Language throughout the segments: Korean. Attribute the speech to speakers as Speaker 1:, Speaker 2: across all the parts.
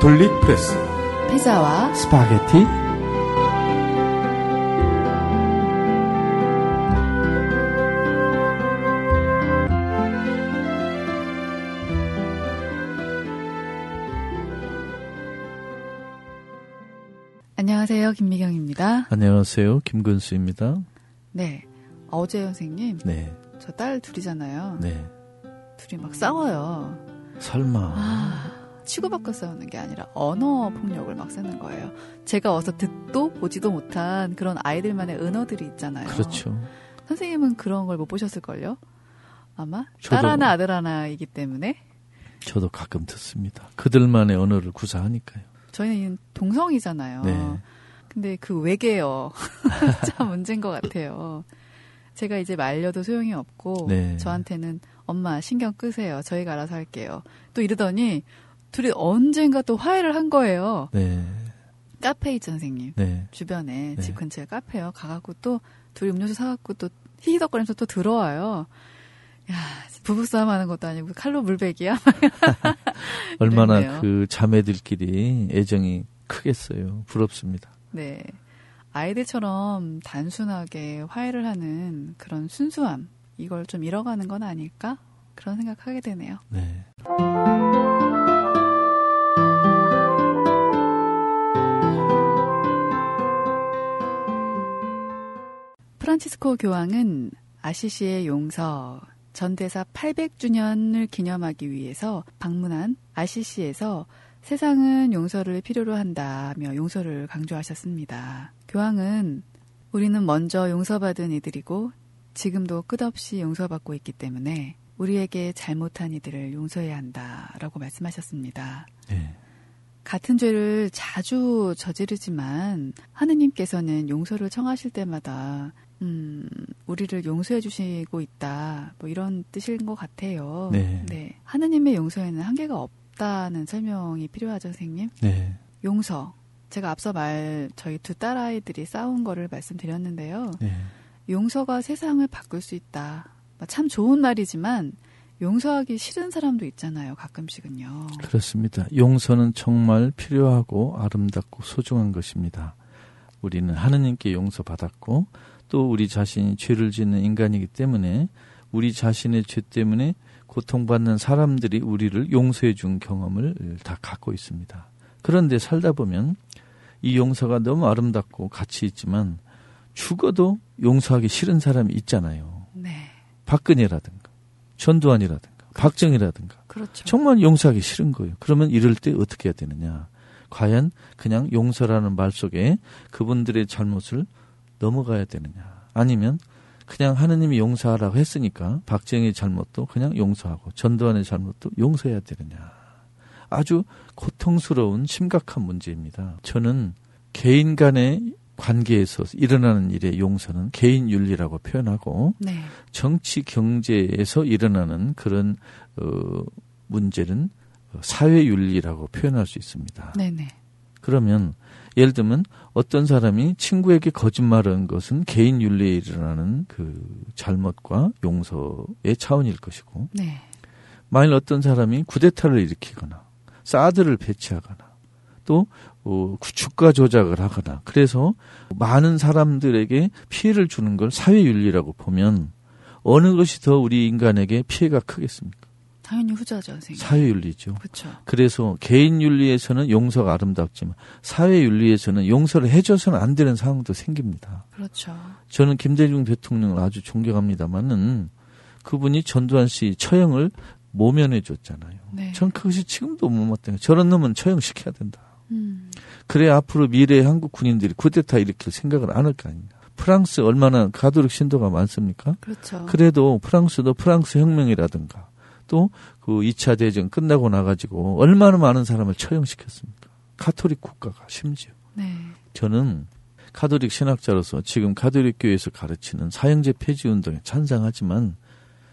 Speaker 1: 돌리프레스
Speaker 2: 피자와
Speaker 3: 스파게티
Speaker 2: 안녕하세요 김미경입니다.
Speaker 3: 안녕하세요 김근수입니다
Speaker 2: 네 어제 선생님
Speaker 3: 네
Speaker 2: 저 딸 둘이잖아요.
Speaker 3: 네.
Speaker 2: 둘이 막 싸워요.
Speaker 3: 설마
Speaker 2: 아, 치고받고 싸우는 게 아니라 언어 폭력을 막 쓰는 거예요. 제가 어서 듣도 보지도 못한 그런 아이들만의 은어들이 있잖아요.
Speaker 3: 그렇죠
Speaker 2: 선생님은 그런 걸 못 보셨을걸요? 아마 딸
Speaker 3: 저도-
Speaker 2: 하나 아들 하나이기 때문에
Speaker 3: 저도 가끔 듣습니다 그들만의 언어를 구사하니까요
Speaker 2: 저희는 동성이잖아요.
Speaker 3: 네.
Speaker 2: 근데 그 외계어 참 문제인 것 같아요. 제가 이제 말려도 소용이 없고
Speaker 3: 네.
Speaker 2: 저한테는 엄마 신경 끄세요. 저희가 알아서 할게요. 또 이러더니 둘이 언젠가 또 화해를 한 거예요.
Speaker 3: 네
Speaker 2: 카페 있죠 선생님.
Speaker 3: 네.
Speaker 2: 주변에
Speaker 3: 네.
Speaker 2: 집 근처에 카페요. 가갖고 또 둘이 음료수 사갖고 또 히히덕거리면서 또 들어와요. 야 부부싸움 하는 것도 아니고 칼로 물베기야.
Speaker 3: 얼마나
Speaker 2: 그랬네요.
Speaker 3: 그 자매들끼리 애정이 크겠어요. 부럽습니다.
Speaker 2: 네. 아이들처럼 단순하게 화해를 하는 그런 순수함, 이걸 좀 잃어가는 건 아닐까? 그런 생각하게 되네요.
Speaker 3: 네.
Speaker 2: 프란치스코 교황은 아시시의 용서, 전대사 800주년을 기념하기 위해서 방문한 아시시에서 세상은 용서를 필요로 한다며 용서를 강조하셨습니다. 교황은 우리는 먼저 용서받은 이들이고 지금도 끝없이 용서받고 있기 때문에 우리에게 잘못한 이들을 용서해야 한다라고 말씀하셨습니다.
Speaker 3: 네.
Speaker 2: 같은 죄를 자주 저지르지만 하느님께서는 용서를 청하실 때마다 음, 우리를 용서해 주시고 있다. 뭐 이런 뜻인 것 같아요.
Speaker 3: 네.
Speaker 2: 하느님의 용서에는 한계가 없다는 설명이 필요하죠, 선생님.
Speaker 3: 네.
Speaker 2: 용서. 제가 앞서 말 저희 두 딸아이들이 싸운 거를 말씀드렸는데요.
Speaker 3: 네.
Speaker 2: 용서가 세상을 바꿀 수 있다. 뭐 참 좋은 말이지만 용서하기 싫은 사람도 있잖아요, 가끔씩은요.
Speaker 3: 그렇습니다. 용서는 정말 필요하고 아름답고 소중한 것입니다. 우리는 하느님께 용서받았고 또 우리 자신이 죄를 짓는 인간이기 때문에 우리 자신의 죄 때문에 고통받는 사람들이 우리를 용서해 준 경험을 다 갖고 있습니다. 그런데 살다 보면 이 용서가 너무 아름답고 가치 있지만 죽어도 용서하기 싫은 사람이 있잖아요.
Speaker 2: 네.
Speaker 3: 박근혜라든가 전두환이라든가 박정희라든가
Speaker 2: 그렇죠.
Speaker 3: 정말 용서하기 싫은 거예요. 그러면 이럴 때 어떻게 해야 되느냐? 과연 그냥 용서라는 말 속에 그분들의 잘못을 넘어가야 되느냐? 아니면 그냥 하느님이 용서하라고 했으니까 박정희의 잘못도 그냥 용서하고 전두환의 잘못도 용서해야 되느냐? 아주 고통스러운 심각한 문제입니다. 저는 개인 간의 관계에서 일어나는 일의 용서는 개인 윤리라고 표현하고
Speaker 2: 네.
Speaker 3: 정치 경제에서 일어나는 그런 어, 문제는 사회 윤리라고 표현할 수 있습니다.
Speaker 2: 네네.
Speaker 3: 그러면 예를 들면 어떤 사람이 친구에게 거짓말을 한 것은 개인 윤리에 일어나는 그 잘못과 용서의 차원일 것이고
Speaker 2: 네.
Speaker 3: 만일 어떤 사람이 쿠데타를 일으키거나 사드를 배치하거나 또 어, 주가 조작을 하거나 그래서 많은 사람들에게 피해를 주는 걸 사회 윤리라고 보면 어느 것이 더 우리 인간에게 피해가 크겠습니까?
Speaker 2: 당연히 후자죠, 선생님.
Speaker 3: 사회 윤리죠.
Speaker 2: 그렇죠.
Speaker 3: 그래서 개인 윤리에서는 용서가 아름답지만 사회 윤리에서는 용서를 해줘서는 안 되는 상황도 생깁니다.
Speaker 2: 그렇죠.
Speaker 3: 저는 김대중 대통령을 아주 존경합니다만은 그분이 전두환 씨 처형을 모면해 줬잖아요.
Speaker 2: 네.
Speaker 3: 전 그것이 지금도 못마땅해요. 저런 놈은 처형시켜야 된다.
Speaker 2: 음.
Speaker 3: 그래야 앞으로 미래의 한국 군인들이 쿠데타 일으킬 생각을 안 할 거 아니냐. 프랑스 얼마나 가톨릭 신도가 많습니까?
Speaker 2: 그렇죠.
Speaker 3: 그래도 프랑스도 프랑스 혁명이라든가 또 그 2차 대전 끝나고 나가지고 얼마나 많은 사람을 처형시켰습니까? 가톨릭 국가가 심지어.
Speaker 2: 네.
Speaker 3: 저는 카톨릭 신학자로서 지금 카톨릭 교회에서 가르치는 사형제 폐지 운동에 찬성하지만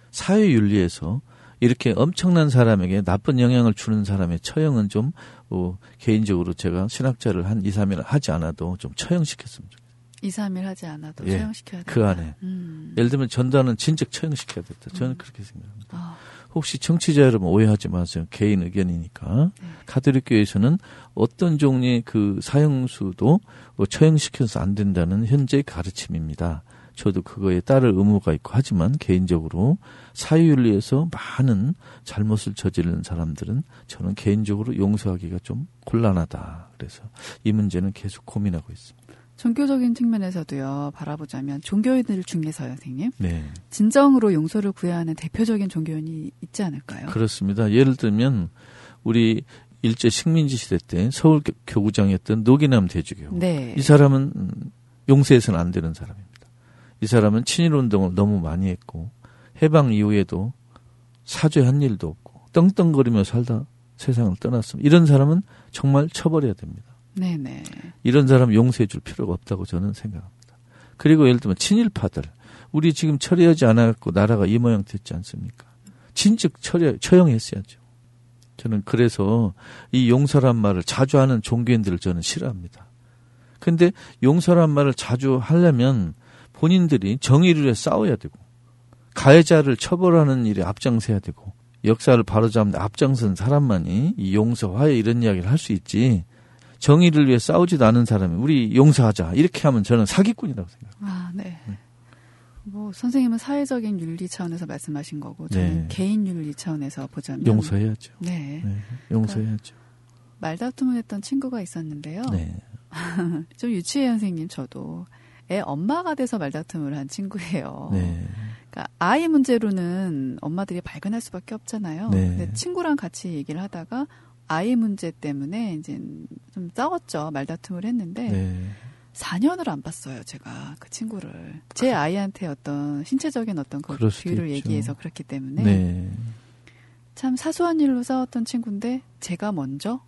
Speaker 3: 사회 윤리에서 이렇게 엄청난 사람에게 나쁜 영향을 주는 사람의 처형은 좀 어, 개인적으로 제가 신학자를 한 2, 3일 하지 않아도 좀 처형시켰으면 좋겠어요.
Speaker 2: 2, 3일 하지 않아도
Speaker 3: 예.
Speaker 2: 처형시켜야 된다.
Speaker 3: 그 안에
Speaker 2: 음.
Speaker 3: 예를 들면 전두환은 진즉 처형시켜야 됐다. 저는 그렇게 생각합니다.
Speaker 2: 아,
Speaker 3: 혹시 청취자 여러분 오해하지 마세요. 개인 의견이니까. 카톨릭교에서는 어떤 종류의 그 사형수도 어, 처형시켜서 안 된다는 현재 가르침입니다. 저도 그거에 따를 의무가 있고 하지만 개인적으로 사유윤리에서 많은 잘못을 저지르는 사람들은 저는 개인적으로 용서하기가 좀 곤란하다. 그래서 이 문제는 계속 고민하고 있습니다.
Speaker 2: 종교적인 측면에서도요, 바라보자면, 종교인들 중에서 선생님,
Speaker 3: 네.
Speaker 2: 진정으로 용서를 구해야 하는 대표적인 종교인이 있지 않을까요?
Speaker 3: 그렇습니다. 예를 들면 우리 일제 식민지 시대 때 서울 교- 교구장이었던 노기남 대주교.
Speaker 2: 네.
Speaker 3: 이 사람은 음, 용서해서는 안 되는 사람입니다. 이 사람은 친일 운동을 너무 많이 했고 해방 이후에도 사죄한 일도 없고 떵떵거리며 살다 세상을 떠났습니다. 이런 사람은 정말 처벌해야 됩니다.
Speaker 2: 네네.
Speaker 3: 이런 사람 용서해 줄 필요가 없다고 저는 생각합니다. 그리고 예를 들면 친일파들. 우리 지금 처리하지 않았고 나라가 이 모양 됐지 않습니까? 진즉 처리, 처형했어야죠. 저는 그래서 이 용서란 말을 자주 하는 종교인들을 저는 싫어합니다. 근데 용서란 말을 자주 하려면 본인들이 정의를 위해 싸워야 되고, 가해자를 처벌하는 일에 앞장서야 되고, 역사를 바로잡는 데 앞장선 사람만이 이 용서, 화해 이런 이야기를 할 수 있지, 정의를 위해 싸우지도 않은 사람이 우리 용서하자 이렇게 하면 저는 사기꾼이라고 생각합니다.
Speaker 2: 아, 네. 뭐, 선생님은 사회적인 윤리 차원에서 말씀하신 거고, 저는
Speaker 3: 네.
Speaker 2: 개인 윤리 차원에서 보자면.
Speaker 3: 용서해야죠.
Speaker 2: 네.
Speaker 3: 네, 용서해야죠.
Speaker 2: 말다툼을 했던 친구가 있었는데요.
Speaker 3: 네.
Speaker 2: 좀 유치해 선생님, 저도. 애 엄마가 돼서 말다툼을 한 친구예요.
Speaker 3: 네.
Speaker 2: 그러니까 아이 문제로는 엄마들이 발견할 수밖에 없잖아요.
Speaker 3: 네.
Speaker 2: 근데 친구랑 같이 얘기를 하다가 아이 문제 때문에 이제 좀 싸웠죠. 말다툼을 했는데
Speaker 3: 네.
Speaker 2: 4년을 안 봤어요. 제가 그 친구를 제 아이한테 어떤 신체적인 어떤 그
Speaker 3: 그럴 수도
Speaker 2: 비유를
Speaker 3: 있죠.
Speaker 2: 얘기해서 그렇기 때문에
Speaker 3: 네.
Speaker 2: 참 사소한 일로 싸웠던 친구인데 제가 먼저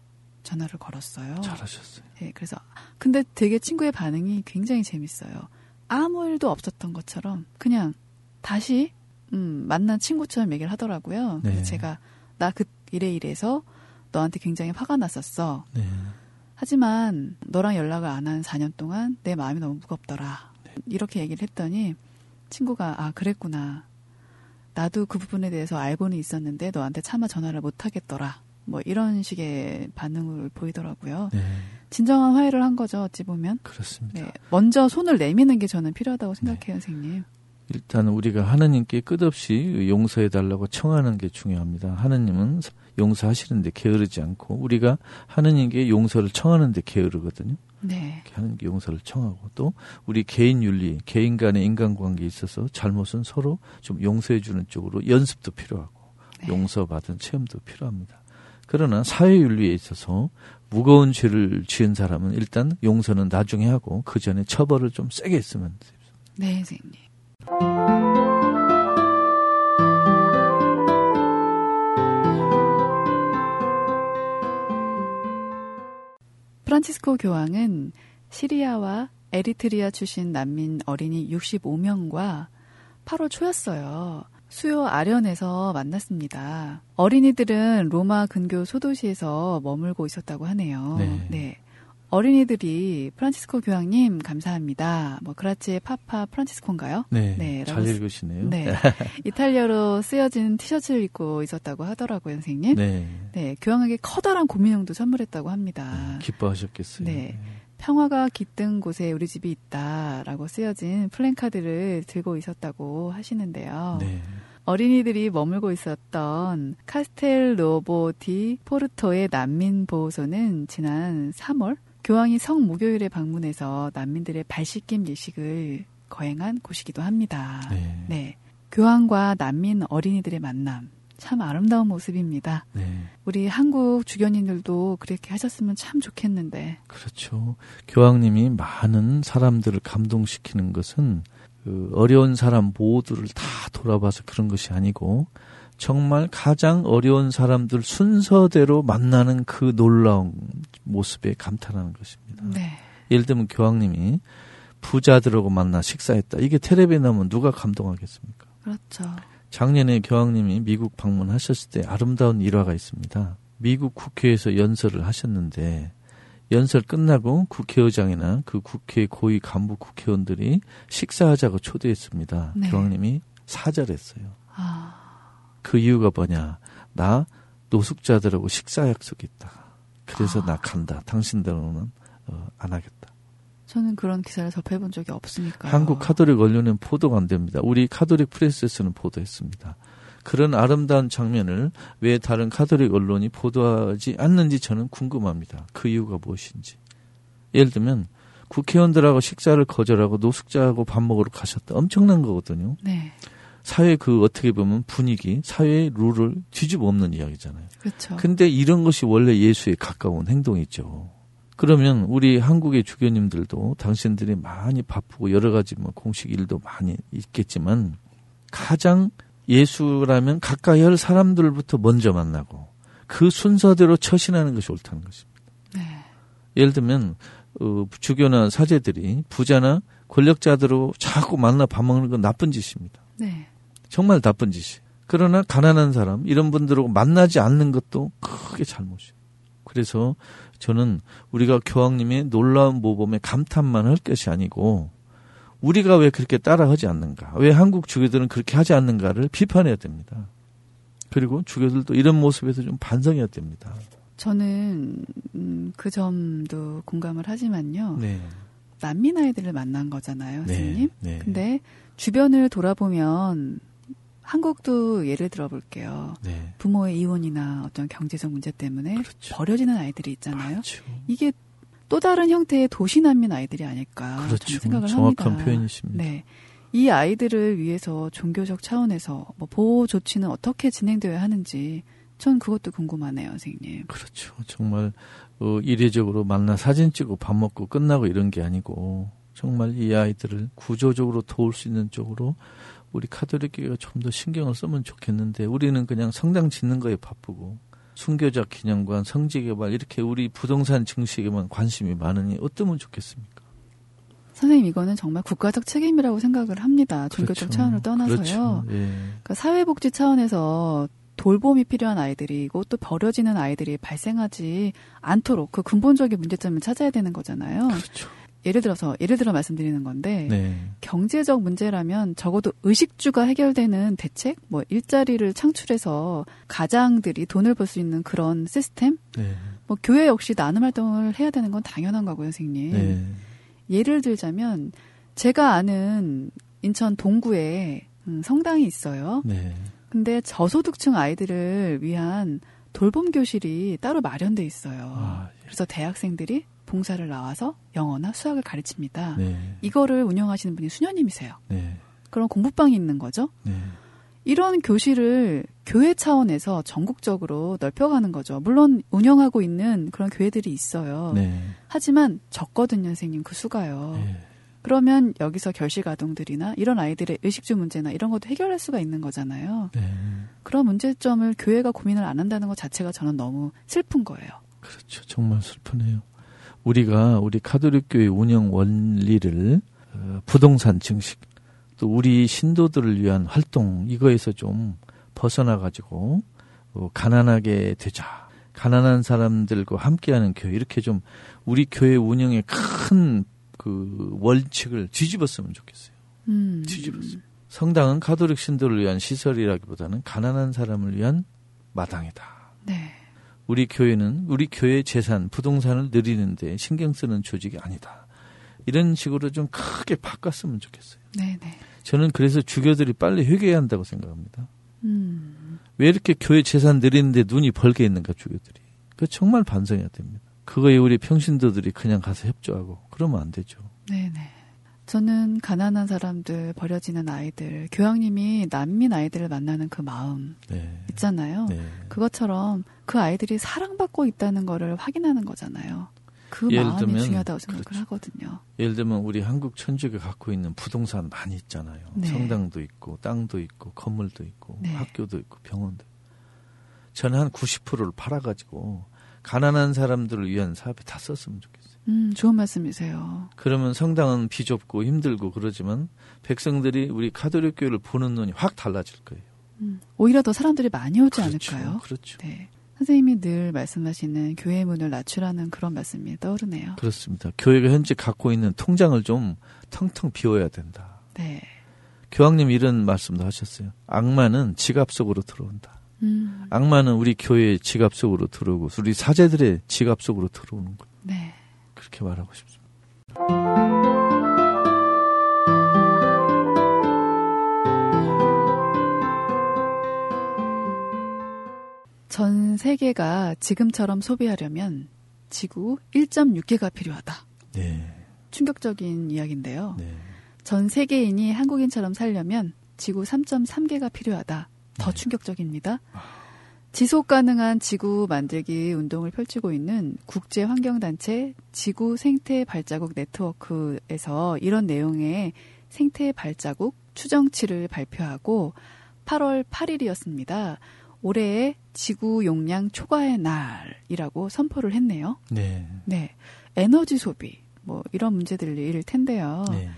Speaker 2: 전화를 걸었어요.
Speaker 3: 잘하셨어요.
Speaker 2: 네, 그래서 근데 되게 친구의 반응이 굉장히 재밌어요. 아무 일도 없었던 것처럼 그냥 다시 음, 만난 친구처럼 얘기를 하더라고요. 그래서
Speaker 3: 네.
Speaker 2: 제가 나 그 이래 이래서 너한테 굉장히 화가 났었어.
Speaker 3: 네.
Speaker 2: 하지만 너랑 연락을 안 한 4년 동안 내 마음이 너무 무겁더라. 이렇게 얘기를 했더니 친구가 아 그랬구나. 나도 그 부분에 대해서 알고는 있었는데 너한테 차마 전화를 못 하겠더라. 뭐 이런 식의 반응을 보이더라고요.
Speaker 3: 네.
Speaker 2: 진정한 화해를 한 거죠, 어찌 보면.
Speaker 3: 그렇습니다.
Speaker 2: 네, 먼저 손을 내미는 게 저는 필요하다고 생각해요, 선생님.
Speaker 3: 일단 우리가 하나님께 끝없이 용서해 달라고 청하는 게 중요합니다. 하나님은 용서하시는데 게으르지 않고 우리가 하나님께 용서를 청하는데 게으르거든요.
Speaker 2: 네.
Speaker 3: 이렇게 하는 게 용서를 청하고 또 우리 개인 윤리, 개인 간의 인간관계에 있어서 잘못은 서로 좀 용서해 주는 쪽으로 연습도 필요하고
Speaker 2: 네.
Speaker 3: 용서받은 체험도 필요합니다. 그러나 사회 윤리에 있어서 무거운 죄를 지은 사람은 일단 용서는 나중에 하고 그 전에 처벌을 좀 세게 했으면 돼요.
Speaker 2: 네, 선생님. 프란치스코 교황은 시리아와 에리트리아 출신 난민 어린이 65명과 8월 초였어요. 수요 아련에서 만났습니다. 어린이들은 로마 근교 소도시에서 머물고 있었다고 하네요.
Speaker 3: 네.
Speaker 2: 네. 어린이들이 프란치스코 교황님 감사합니다. 뭐 그라치의 파파 프란치스코인가요?
Speaker 3: 네,
Speaker 2: 네,
Speaker 3: 잘
Speaker 2: 라고스-
Speaker 3: 읽으시네요.
Speaker 2: 이탈리아로 쓰여진 티셔츠를 입고 있었다고 하더라고요, 선생님. 네.
Speaker 3: 네.
Speaker 2: 교황에게 커다란 고민형도 선물했다고
Speaker 3: 네.
Speaker 2: 합니다.
Speaker 3: 기뻐하셨겠어요.
Speaker 2: 아. 네. 평화가 깃든 곳에 우리 집이 있다라고 쓰여진 플랜카드를 들고 있었다고 하시는데요.
Speaker 3: 네.
Speaker 2: 어린이들이 머물고 있었던 카스텔로보 디 포르토의 난민 보호소는 지난 3월 교황이 성 목요일에 방문해서 난민들의 발 씻김 예식을 거행한 곳이기도 합니다.
Speaker 3: 네. 네.
Speaker 2: 네. 교황과 난민 어린이들의 만남 참 아름다운 모습입니다.
Speaker 3: 네.
Speaker 2: 우리 한국 주변인들도 그렇게 하셨으면 참 좋겠는데.
Speaker 3: 그렇죠. 교황님이 많은 사람들을 감동시키는 것은 그 어려운 사람 모두를 다 돌아봐서 그런 것이 아니고 정말 가장 어려운 사람들 순서대로 만나는 그 놀라운 모습에 감탄하는 것입니다.
Speaker 2: 네.
Speaker 3: 예를 들면 교황님이 부자들하고 만나 식사했다. 이게 텔레비에 나오면 누가 감동하겠습니까?
Speaker 2: 그렇죠.
Speaker 3: 작년에 교황님이 미국 방문하셨을 때 아름다운 일화가 있습니다. 미국 국회에서 연설을 하셨는데 연설 끝나고 국회의장이나 그 국회 고위 간부 국회의원들이 식사하자고 초대했습니다.
Speaker 2: 네.
Speaker 3: 교황님이 사절했어요.
Speaker 2: 아,
Speaker 3: 그 이유가 뭐냐? 나 노숙자들하고 식사 약속이 있다.
Speaker 2: 아.
Speaker 3: 그래서 나 간다. 당신들은 어, 안 하겠다.
Speaker 2: 저는 그런 기사를 접해본 적이 없으니까.
Speaker 3: 아. 한국 카톨릭 언론은 보도가 안 됩니다. 우리 카톨릭 프레스에서는 보도했습니다. 그런 아름다운 장면을 왜 다른 카톨릭 언론이 보도하지 않는지 저는 궁금합니다. 그 이유가 무엇인지. 예를 들면 국회의원들하고 식사를 거절하고 노숙자하고 밥 먹으러 가셨다. 엄청난 거거든요.
Speaker 2: 네,
Speaker 3: 사회 그 어떻게 보면 분위기, 사회의 룰을 뒤집어 엎는 이야기잖아요.
Speaker 2: 그렇죠.
Speaker 3: 근데 이런 것이 원래 예수에 가까운 행동이죠. 그러면 우리 한국의 주교님들도 당신들이 많이 바쁘고 여러 가지 뭐 공식 일도 많이 있겠지만 가장 예수라면 가까이 할 사람들부터 먼저 만나고 그 순서대로 처신하는 것이 옳다는 것입니다.
Speaker 2: 네.
Speaker 3: 예를 들면 어, 주교나 사제들이 부자나 권력자들로 자꾸 만나 밥 먹는 건 나쁜 짓입니다.
Speaker 2: 네,
Speaker 3: 정말 나쁜 짓이. 그러나 가난한 사람 이런 분들하고 만나지 않는 것도 크게 잘못이에요. 그래서 저는 우리가 교황님의 놀라운 모범에 감탄만 할 것이 아니고 우리가 왜 그렇게 따라하지 않는가? 왜 한국 주교들은 그렇게 하지 않는가를 비판해야 됩니다. 그리고 주교들도 이런 모습에서 좀 반성해야 됩니다.
Speaker 2: 저는 음, 그 점도 공감을 하지만요.
Speaker 3: 네.
Speaker 2: 난민 아이들을 만난 거잖아요, 스님.
Speaker 3: 네.
Speaker 2: 근데 주변을 돌아보면 한국도 예를 들어볼게요.
Speaker 3: 네.
Speaker 2: 부모의 이혼이나 어떤 경제적 문제 때문에
Speaker 3: 그렇죠.
Speaker 2: 버려지는 아이들이 있잖아요.
Speaker 3: 그렇죠.
Speaker 2: 이게 또 다른 형태의 도시 난민 아이들이 아닐까 저는
Speaker 3: 그렇죠.
Speaker 2: 생각을
Speaker 3: 정확한
Speaker 2: 합니다.
Speaker 3: 표현이십니다.
Speaker 2: 네. 이 아이들을 위해서 종교적 차원에서 뭐 보호 조치는 어떻게 진행되어야 하는지 전 그것도 궁금하네요, 선생님.
Speaker 3: 그렇죠. 정말 어, 이례적으로 만나 사진 찍고 밥 먹고 끝나고 이런 게 아니고 정말 이 아이들을 구조적으로 도울 수 있는 쪽으로 우리 카톨릭교가 좀 더 신경을 쓰면 좋겠는데 우리는 그냥 성당 짓는 거에 바쁘고 순교자 기념관, 성지 개발 이렇게 우리 부동산 증식에만 관심이 많으니 어떠면 좋겠습니까?
Speaker 2: 선생님 이거는 정말 국가적 책임이라고 생각을 합니다.
Speaker 3: 그렇죠.
Speaker 2: 종교적 차원을 떠나서요.
Speaker 3: 그렇죠. 예.
Speaker 2: 그러니까 사회복지 차원에서 돌봄이 필요한 아이들이고 또 버려지는 아이들이 발생하지 않도록 그 근본적인 문제점을 찾아야 되는 거잖아요.
Speaker 3: 그렇죠.
Speaker 2: 예를 들어서 예를 들어 말씀드리는 건데
Speaker 3: 네.
Speaker 2: 경제적 문제라면 적어도 의식주가 해결되는 대책, 뭐 일자리를 창출해서 가장들이 돈을 벌 수 있는 그런 시스템,
Speaker 3: 네.
Speaker 2: 뭐 교회 역시 나눔 활동을 해야 되는 건 당연한 거고요, 선생님.
Speaker 3: 네.
Speaker 2: 예를 들자면 제가 아는 인천 동구에 음, 성당이 있어요.
Speaker 3: 네.
Speaker 2: 근데 저소득층 아이들을 위한 돌봄 교실이 따로 마련돼 있어요.
Speaker 3: 아,
Speaker 2: 그래서 대학생들이 봉사를 나와서 영어나 수학을 가르칩니다.
Speaker 3: 네.
Speaker 2: 이거를 운영하시는 분이 수녀님이세요.
Speaker 3: 네.
Speaker 2: 그럼 공부방이 있는 거죠.
Speaker 3: 네.
Speaker 2: 이런 교실을 교회 차원에서 전국적으로 넓혀가는 거죠. 물론 운영하고 있는 그런 교회들이 있어요.
Speaker 3: 네.
Speaker 2: 하지만 적거든요, 선생님 그 수가요.
Speaker 3: 네.
Speaker 2: 그러면 여기서 결식 아동들이나 이런 아이들의 의식주 문제나 이런 것도 해결할 수가 있는 거잖아요.
Speaker 3: 네.
Speaker 2: 그런 문제점을 교회가 고민을 안 한다는 것 자체가 저는 너무 슬픈 거예요.
Speaker 3: 그렇죠. 정말 슬프네요. 우리가 우리 카톨릭 교회 운영 원리를 어, 부동산 증식 또 우리 신도들을 위한 활동 이거에서 좀 벗어나 가지고 어, 가난하게 되자. 가난한 사람들과 함께하는 교회 이렇게 좀 우리 교회 운영의 큰 그 원칙을 뒤집었으면 좋겠어요.
Speaker 2: 음.
Speaker 3: 뒤집었습니다. 성당은 카톨릭 신도를 위한 시설이라기보다는 가난한 사람을 위한 마당이다.
Speaker 2: 네.
Speaker 3: 우리 교회는 우리 교회의 재산, 부동산을 늘리는데 신경 쓰는 조직이 아니다. 이런 식으로 좀 크게 바꿨으면 좋겠어요.
Speaker 2: 네, 네.
Speaker 3: 저는 그래서 주교들이 빨리 회개해야 한다고 생각합니다.
Speaker 2: 음.
Speaker 3: 왜 이렇게 교회 재산 늘리는데 눈이 벌게 있는가 주교들이. 그 정말 반성해야 됩니다. 그거에 우리 평신도들이 그냥 가서 협조하고 그러면 안 되죠.
Speaker 2: 네, 네. 저는 가난한 사람들, 버려지는 아이들, 교황님이 난민 아이들을 만나는 그 마음
Speaker 3: 네.
Speaker 2: 있잖아요.
Speaker 3: 네.
Speaker 2: 그것처럼 그 아이들이 사랑받고 있다는 거를 확인하는 거잖아요. 그
Speaker 3: 예를
Speaker 2: 마음이
Speaker 3: 들면,
Speaker 2: 중요하다고 생각을
Speaker 3: 그렇죠.
Speaker 2: 하거든요.
Speaker 3: 예를 들면 우리 한국 천주교 갖고 있는 부동산 많이 있잖아요.
Speaker 2: 네.
Speaker 3: 성당도 있고 땅도 있고 건물도 있고
Speaker 2: 네.
Speaker 3: 학교도 있고 병원도. 있고. 저는 한 90%를 팔아가지고 가난한 사람들을 위한 사업에 다 썼으면 좋겠어요.
Speaker 2: 음, 좋은 말씀이세요.
Speaker 3: 그러면 성당은 비좁고 힘들고 그러지만 백성들이 우리 카톨릭 교회를 보는 눈이 확 달라질 거예요.
Speaker 2: 음, 오히려 더 사람들이 많이 오지
Speaker 3: 그렇죠.
Speaker 2: 않을까요?
Speaker 3: 그렇죠.
Speaker 2: 네. 선생님이 늘 말씀하시는 교회의 문을 낮추라는 그런 말씀이 떠오르네요.
Speaker 3: 그 그렇습니다. 교회가 현재 갖고 있는 통장을 좀 텅텅 비워야 된다.
Speaker 2: 네.
Speaker 3: 교황님 이런 말씀도 하셨어요. 악마는 지갑 속으로 들어온다.
Speaker 2: 음,
Speaker 3: 악마는 우리 교회의 지갑 속으로 들어오고 우리 사제들의 지갑 속으로 들어오는 거예요.
Speaker 2: 네.
Speaker 3: 그렇게 말하고 싶습니다.
Speaker 2: 전 세계가 지금처럼 소비하려면 지구 1.6개가 필요하다.
Speaker 3: 네.
Speaker 2: 충격적인 이야기인데요.
Speaker 3: 네.
Speaker 2: 전 세계인이 한국인처럼 살려면 지구 3.3개가 필요하다. 더 충격적입니다. 지속 가능한 지구 만들기 운동을 펼치고 있는 국제 환경 단체 지구 생태 발자국 네트워크에서 이런 내용의 생태 발자국 추정치를 발표하고 8월 8일이었습니다. 올해의 지구 용량 초과의 날이라고 선포를 했네요.
Speaker 3: 네.
Speaker 2: 네. 에너지 소비 뭐 이런 문제들이 일 텐데요.
Speaker 3: 네.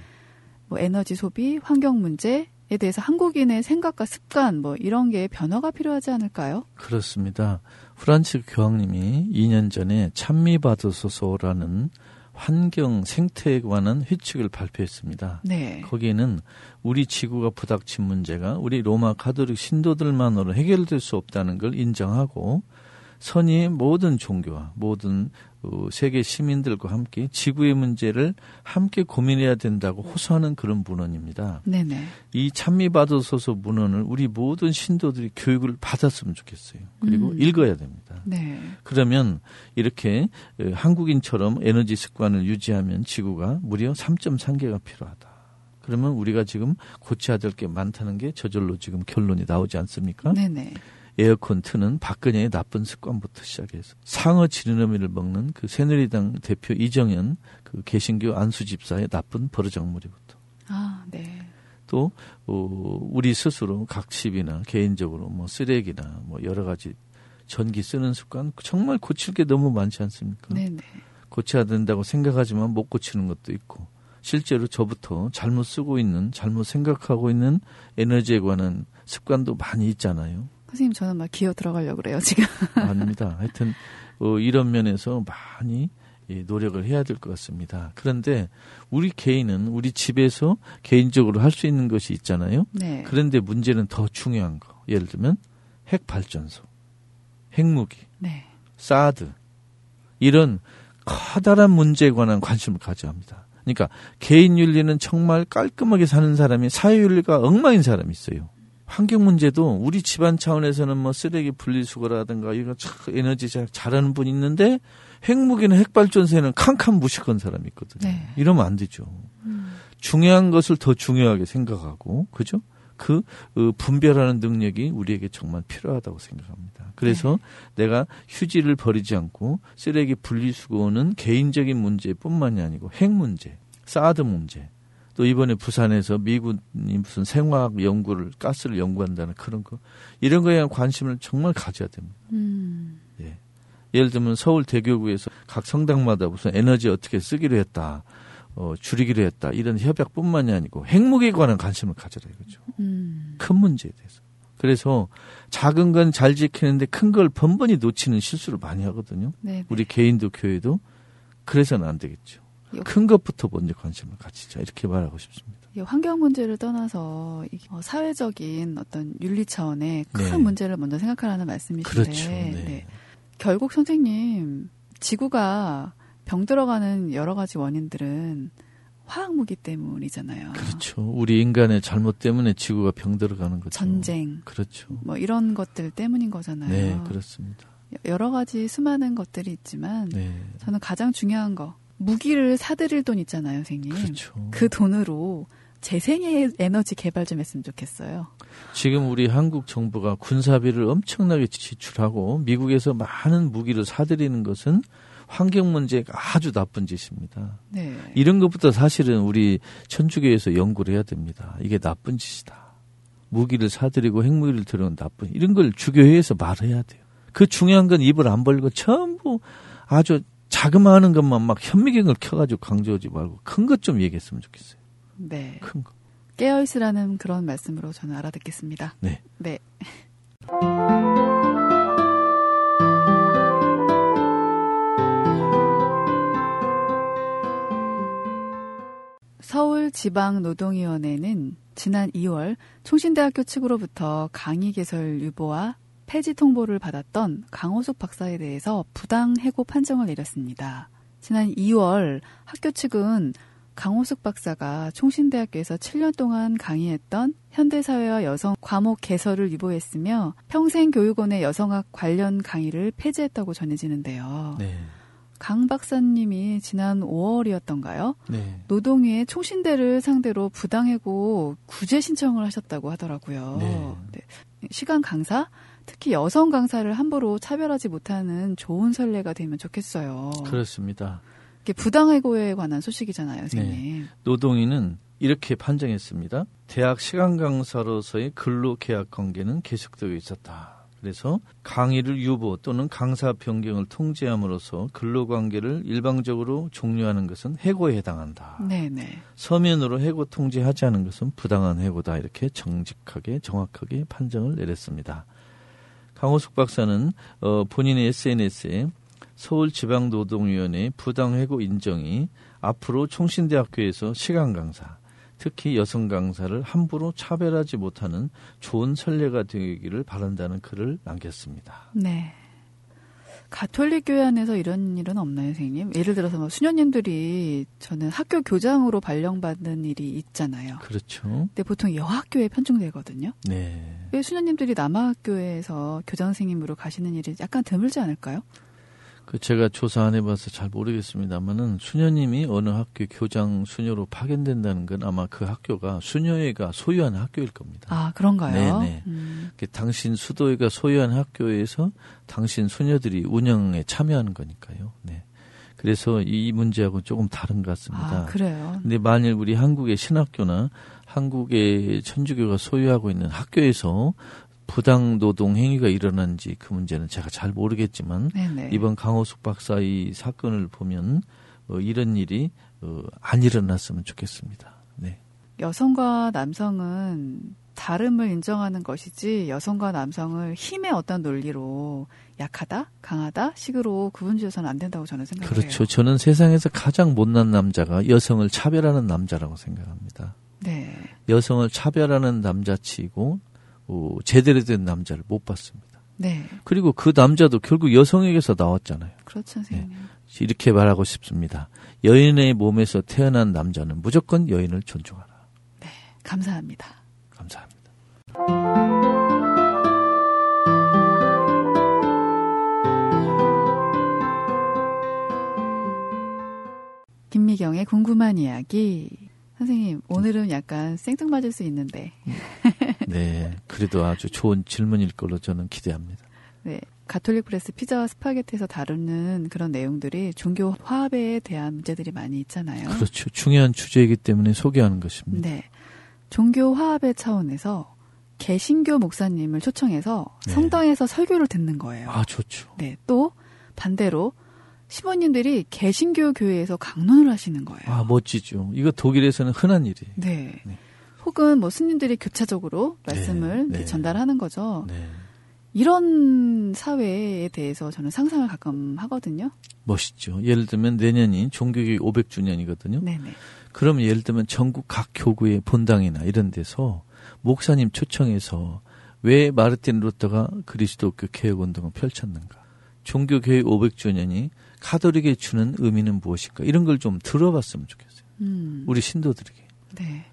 Speaker 2: 뭐 에너지 소비, 환경 문제에 대해서 한국인의 생각과 습관 뭐 이런 게 변화가 필요하지 않을까요?
Speaker 3: 그렇습니다. 프란츠 교황님이 2년 전에 찬미받으소서라는 환경 생태에 관한 회칙을 발표했습니다.
Speaker 2: 네.
Speaker 3: 거기에는 우리 지구가 부닥친 문제가 우리 로마 가톨릭 신도들만으로 해결될 수 없다는 걸 인정하고 선의의 모든 종교와 모든 어, 세계 시민들과 함께 지구의 문제를 함께 고민해야 된다고 호소하는 그런 문헌입니다.
Speaker 2: 네네.
Speaker 3: 이 찬미받으소서 문헌을 우리 모든 신도들이 교육을 받았으면 좋겠어요. 그리고
Speaker 2: 음.
Speaker 3: 읽어야 됩니다.
Speaker 2: 네.
Speaker 3: 그러면 이렇게 에, 한국인처럼 에너지 습관을 유지하면 지구가 무려 3.3개가 필요하다. 그러면 우리가 지금 고쳐야 될 게 많다는 게 저절로 지금 결론이 나오지 않습니까?
Speaker 2: 네네.
Speaker 3: 에어컨 트는 박근혜의 나쁜 습관부터 시작해서 상어 지느러미를 먹는 그 새누리당 대표 이정현 그 개신교 안수 집사의 나쁜 버르장머리부터
Speaker 2: 아, 네.
Speaker 3: 또 어, 우리 스스로 각 집이나 개인적으로 뭐 쓰레기나 뭐 여러 가지 전기 쓰는 습관 정말 고칠 게 너무 많지 않습니까?
Speaker 2: 네네.
Speaker 3: 고쳐야 된다고 생각하지만 못 고치는 것도 있고 실제로 저부터 잘못 쓰고 있는 잘못 생각하고 있는 에너지에 관한 습관도 많이 있잖아요.
Speaker 2: 선생님 저는 막 기어 들어가려고 그래요, 지금.
Speaker 3: 아닙니다. 하여튼 어, 이런 면에서 많이 예, 노력을 해야 될 것 같습니다. 그런데 우리 개인은 우리 집에서 개인적으로 할 수 있는 것이 있잖아요.
Speaker 2: 네.
Speaker 3: 그런데 문제는 더 중요한 거. 예를 들면 핵 발전소, 핵무기,
Speaker 2: 네.
Speaker 3: 사드 이런 커다란 문제에 관한 관심을 가져야 합니다. 그러니까 개인 윤리는 정말 깔끔하게 사는 사람이 사회 윤리가 엉망인 사람이 있어요. 환경 문제도 우리 집안 차원에서는 뭐 쓰레기 분리수거라든가 이거 참 에너지 잘 잘하는 분이 있는데 핵무기나 핵발전소에는 캄캄 무식한 사람이 있거든요.
Speaker 2: 네.
Speaker 3: 이러면 안 되죠. 중요한 것을 더 중요하게 생각하고 그죠? 그 어, 분별하는 능력이 우리에게 정말 필요하다고 생각합니다. 그래서 내가 휴지를 버리지 않고 쓰레기 분리수거는 개인적인 문제뿐만이 아니고 핵 문제, 사드 문제, 또 이번에 부산에서 미군이 무슨 생화학 연구를 가스를 연구한다는 그런 거 이런 거에 대한 관심을 정말 가져야 됩니다.
Speaker 2: 음.
Speaker 3: 예를 들면 서울 대교구에서 각 성당마다 무슨 에너지 어떻게 쓰기로 했다, 어, 줄이기로 했다 이런 협약뿐만이 아니고 핵무기에 관한 관심을 가져라 이거죠.
Speaker 2: 음.
Speaker 3: 큰 문제에 대해서. 그래서 작은 건 잘 지키는데 큰 걸 번번이 놓치는 실수를 많이 하거든요.
Speaker 2: 네.
Speaker 3: 우리 개인도 교회도 그래서는 안 되겠죠.
Speaker 2: 요-
Speaker 3: 큰 것부터 먼저 관심을 가지자 이렇게 말하고 싶습니다.
Speaker 2: 이 환경 문제를 떠나서 이게 어, 사회적인 어떤 윤리 차원의 큰
Speaker 3: 네.
Speaker 2: 문제를 먼저 생각하라는 말씀이신데
Speaker 3: 그렇죠. 네.
Speaker 2: 결국 선생님 지구가 병 들어가는 여러 가지 원인들은 화학 무기 때문이잖아요.
Speaker 3: 그렇죠. 우리 인간의 잘못 때문에 지구가 병들어가는 거죠.
Speaker 2: 전쟁
Speaker 3: 그렇죠.
Speaker 2: 뭐 이런 것들 때문인 거잖아요.
Speaker 3: 네, 그렇습니다.
Speaker 2: 여러 가지 수많은 것들이 있지만
Speaker 3: 네,
Speaker 2: 저는 가장 중요한 거 무기를 사들일 돈 있잖아요, 선생님.
Speaker 3: 그렇죠.
Speaker 2: 그 돈으로 재생의 에너지 개발 좀 했으면 좋겠어요.
Speaker 3: 지금 우리 한국 정부가 군사비를 엄청나게 지출하고 미국에서 많은 무기를 사들이는 것은 환경 문제가 아주 나쁜 짓입니다.
Speaker 2: 네.
Speaker 3: 이런 것부터 사실은 우리 천주교에서 연구를 해야 됩니다. 이게 나쁜 짓이다. 무기를 사들이고 핵무기를 들여온 나쁜 이런 걸 주교회에서 말해야 돼요. 그 중요한 건 입을 안 벌고 전부 아주 자그마한 것만 막 현미경을 켜가지고 강조하지 말고 큰 것 좀 얘기했으면 좋겠어요.
Speaker 2: 네.
Speaker 3: 큰 거.
Speaker 2: 깨어 있으라는 그런 말씀으로 저는 알아듣겠습니다.
Speaker 3: 네.
Speaker 2: 네. 서울 지방노동위원회는 지난 2월 총신대학교 측으로부터 강의 개설 유보와 폐지 통보를 받았던 강호숙 박사에 대해서 부당 해고 판정을 내렸습니다. 지난 2월 학교 측은 강호숙 박사가 총신대학교에서 7년 동안 강의했던 현대사회와 여성 과목 개설을 유보했으며 평생교육원의 여성학 관련 강의를 폐지했다고 전해지는데요.
Speaker 3: 네.
Speaker 2: 강 박사님이 지난 5월이었던가요?
Speaker 3: 네.
Speaker 2: 노동위에 총신대를 상대로 부당해고 구제 신청을 하셨다고 하더라고요.
Speaker 3: 네.
Speaker 2: 네. 시간 강사, 특히 여성 강사를 함부로 차별하지 못하는 좋은 선례가 되면 좋겠어요.
Speaker 3: 그렇습니다.
Speaker 2: 이게 부당해고에 관한 소식이잖아요, 선생님.
Speaker 3: 노동위는 이렇게 판정했습니다. 대학 시간 강사로서의 근로 계약 관계는 계속되고 있었다. 그래서 강의를 유보 또는 강사 변경을 통제함으로써 근로 관계를 일방적으로 종료하는 것은 해고에 해당한다.
Speaker 2: 네, 네.
Speaker 3: 서면으로 해고 통지하지 않은 것은 부당한 해고다 이렇게 정직하게 정확하게 판정을 내렸습니다. 강호숙 박사는 어, 본인의 SNS에 서울지방노동위원회 부당 해고 인정이 앞으로 총신대학교에서 시간 강사 특히 여성 강사를 함부로 차별하지 못하는 좋은 선례가 되기를 바란다는 글을 남겼습니다.
Speaker 2: 네. 가톨릭 교회 안에서 이런 일은 없나요, 선생님? 예를 들어서 뭐 수녀님들이 저는 학교 교장으로 발령받는 일이 있잖아요.
Speaker 3: 그렇죠.
Speaker 2: 근데 보통 여학교에 편중되거든요.
Speaker 3: 네.
Speaker 2: 왜 수녀님들이 남학교에서 교장 선생님으로 가시는 일이 약간 드물지 않을까요?
Speaker 3: 그 제가 조사 안 해봐서 잘 모르겠습니다만은 수녀님이 어느 학교 교장 수녀로 파견된다는 건 아마 그 학교가 수녀회가 소유하는 학교일 겁니다.
Speaker 2: 아 그런가요?
Speaker 3: 네, 네.
Speaker 2: 음,
Speaker 3: 그 당신 수도회가 소유한 학교에서 당신 수녀들이 운영에 참여하는 거니까요. 네. 그래서 이 문제하고 조금 다른 것 같습니다.
Speaker 2: 아 그래요.
Speaker 3: 근데 만일 우리 한국의 신학교나 한국의 천주교가 소유하고 있는 학교에서 부당 노동 행위가 일어난지 그 문제는 제가 잘 모르겠지만
Speaker 2: 네네.
Speaker 3: 이번 강호숙 박사 이 사건을 보면 어, 이런 일이 어, 안 일어났으면 좋겠습니다. 네,
Speaker 2: 여성과 남성은 다름을 인정하는 것이지 여성과 남성을 힘의 어떤 논리로 약하다, 강하다 식으로 구분지어서는 안 된다고 저는 생각해요.
Speaker 3: 그렇죠. 저는 세상에서 가장 못난 남자가 여성을 차별하는 남자라고 생각합니다.
Speaker 2: 네.
Speaker 3: 여성을 차별하는 남자치고 어, 제대로 된 남자를 못 봤습니다.
Speaker 2: 네.
Speaker 3: 그리고 그 남자도 결국 여성에게서 나왔잖아요.
Speaker 2: 그렇죠, 선생님.
Speaker 3: 이렇게 말하고 싶습니다. 여인의 몸에서 태어난 남자는 무조건 여인을 존중하라.
Speaker 2: 감사합니다.
Speaker 3: 감사합니다.
Speaker 2: 김미경의 궁금한 이야기. 선생님, 오늘은 약간 생뚱맞을 수 있는데,
Speaker 3: 네, 그래도 아주 좋은 질문일 걸로 저는 기대합니다.
Speaker 2: 네. 가톨릭 프레스 피자와 스파게티에서 다루는 그런 내용들이 종교 화합에 대한 문제들이 많이 있잖아요.
Speaker 3: 그렇죠. 중요한 주제이기 때문에 소개하는 것입니다.
Speaker 2: 네. 종교 화합의 차원에서 개신교 목사님을 초청해서
Speaker 3: 네.
Speaker 2: 성당에서 설교를 듣는 거예요.
Speaker 3: 아, 좋죠.
Speaker 2: 네. 또 반대로 시모님들이 개신교 교회에서 강론을 하시는 거예요.
Speaker 3: 아, 멋지죠. 이거 독일에서는 흔한 일이에요.
Speaker 2: 네.
Speaker 3: 네.
Speaker 2: 혹은 뭐 스님들이 교차적으로
Speaker 3: 네,
Speaker 2: 말씀을 이렇게
Speaker 3: 네.
Speaker 2: 전달하는 거죠.
Speaker 3: 네.
Speaker 2: 이런 사회에 대해서 저는 상상을 가끔 하거든요.
Speaker 3: 멋있죠. 예를 들면 내년이 종교교육 500주년이거든요.
Speaker 2: 네네.
Speaker 3: 그럼 예를 들면 전국 각 교구의 본당이나 이런 데서 목사님 초청해서 왜 마르틴 루터가 그리스도교 개혁 운동을 펼쳤는가? 종교 개혁 500주년이 카톨릭에 주는 의미는 무엇일까? 이런 걸 좀 들어봤으면 좋겠어요.
Speaker 2: 음.
Speaker 3: 우리 신도들에게.
Speaker 2: 네.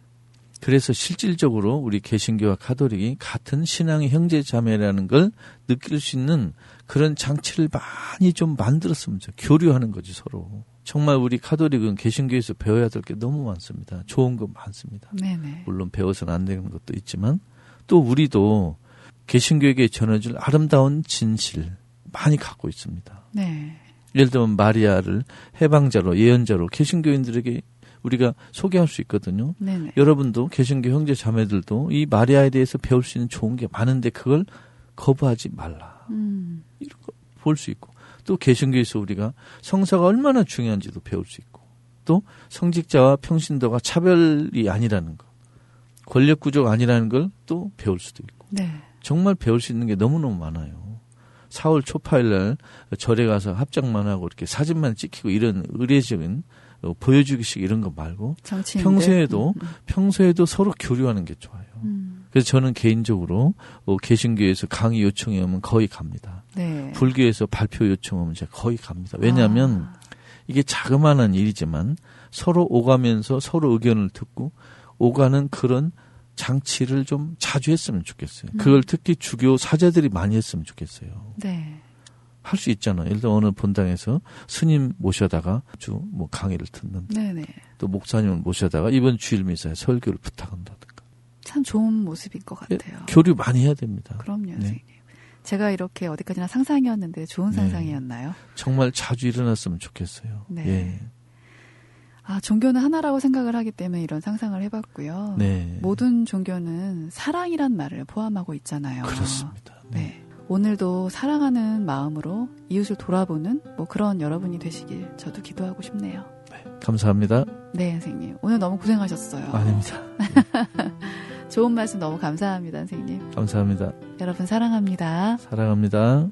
Speaker 3: 그래서 실질적으로 우리 개신교와 카톨릭이 같은 신앙의 형제 자매라는 걸 느낄 수 있는 그런 장치를 많이 좀 만들었으면 좋 교류하는 거지 서로. 정말 우리 카톨릭은 개신교에서 배워야 될 게 너무 많습니다. 좋은 거 많습니다.
Speaker 2: 네네.
Speaker 3: 물론 배워서는 안 되는 것도 있지만 또 우리도 개신교에게 전해줄 아름다운 진실 많이 갖고 있습니다.
Speaker 2: 네.
Speaker 3: 예를 들면 마리아를 해방자로 예언자로 개신교인들에게 우리가 소개할 수 있거든요.
Speaker 2: 네네.
Speaker 3: 여러분도 개신교 형제 자매들도 이 마리아에 대해서 배울 수 있는 좋은 게 많은데 그걸 거부하지 말라
Speaker 2: 음.
Speaker 3: 볼 수 있고 또 개신교에서 우리가 성사가 얼마나 중요한지도 배울 수 있고 또 성직자와 평신도가 차별이 아니라는 것 권력 구조가 아니라는 걸 또 배울 수도 있고
Speaker 2: 네.
Speaker 3: 정말 배울 수 있는 게 너무너무 많아요. 4월 초파일 날 절에 가서 합장만 하고 이렇게 사진만 찍히고 이런 의례적인 어, 보여주기식 이런 거 말고
Speaker 2: 정치인
Speaker 3: 평소에도
Speaker 2: 음,
Speaker 3: 평소에도 서로 교류하는 게 좋아요. 그래서 저는 개인적으로 어, 개신교에서 강의 요청이 오면 거의 갑니다.
Speaker 2: 네.
Speaker 3: 불교에서 발표 요청 오면 제가 거의 갑니다. 왜냐하면
Speaker 2: 아,
Speaker 3: 이게 자그마한 일이지만 서로 오가면서 서로 의견을 듣고 오가는 그런 장치를 좀 자주 했으면 좋겠어요.
Speaker 2: 음.
Speaker 3: 그걸 특히 주교 사제들이 많이 했으면 좋겠어요.
Speaker 2: 네.
Speaker 3: 할 수 있잖아요. 예를 들어 어느 본당에서 스님 모셔다가 주 뭐 강의를 듣는
Speaker 2: 네네.
Speaker 3: 또 목사님을 모셔다가 이번 주일 미사에 설교를 부탁한다든가
Speaker 2: 참 좋은 모습인 것 같아요.
Speaker 3: 예, 교류 많이 해야 됩니다.
Speaker 2: 그럼요,
Speaker 3: 네.
Speaker 2: 선생님. 제가 이렇게 어디까지나 상상이었는데 좋은
Speaker 3: 네.
Speaker 2: 상상이었나요?
Speaker 3: 정말 자주 일어났으면 좋겠어요.
Speaker 2: 네.
Speaker 3: 예.
Speaker 2: 아, 종교는 하나라고 생각을 하기 때문에 이런 상상을 해봤고요.
Speaker 3: 네.
Speaker 2: 모든 종교는 사랑이란 말을 포함하고 있잖아요.
Speaker 3: 그렇습니다. 네.
Speaker 2: 네. 오늘도 사랑하는 마음으로 이웃을 돌아보는 뭐 그런 여러분이 되시길 저도 기도하고 싶네요.
Speaker 3: 감사합니다.
Speaker 2: 네, 선생님. 오늘 너무 고생하셨어요.
Speaker 3: 아닙니다.
Speaker 2: 좋은 말씀 너무 감사합니다, 선생님.
Speaker 3: 감사합니다.
Speaker 2: 여러분 사랑합니다.
Speaker 3: 사랑합니다.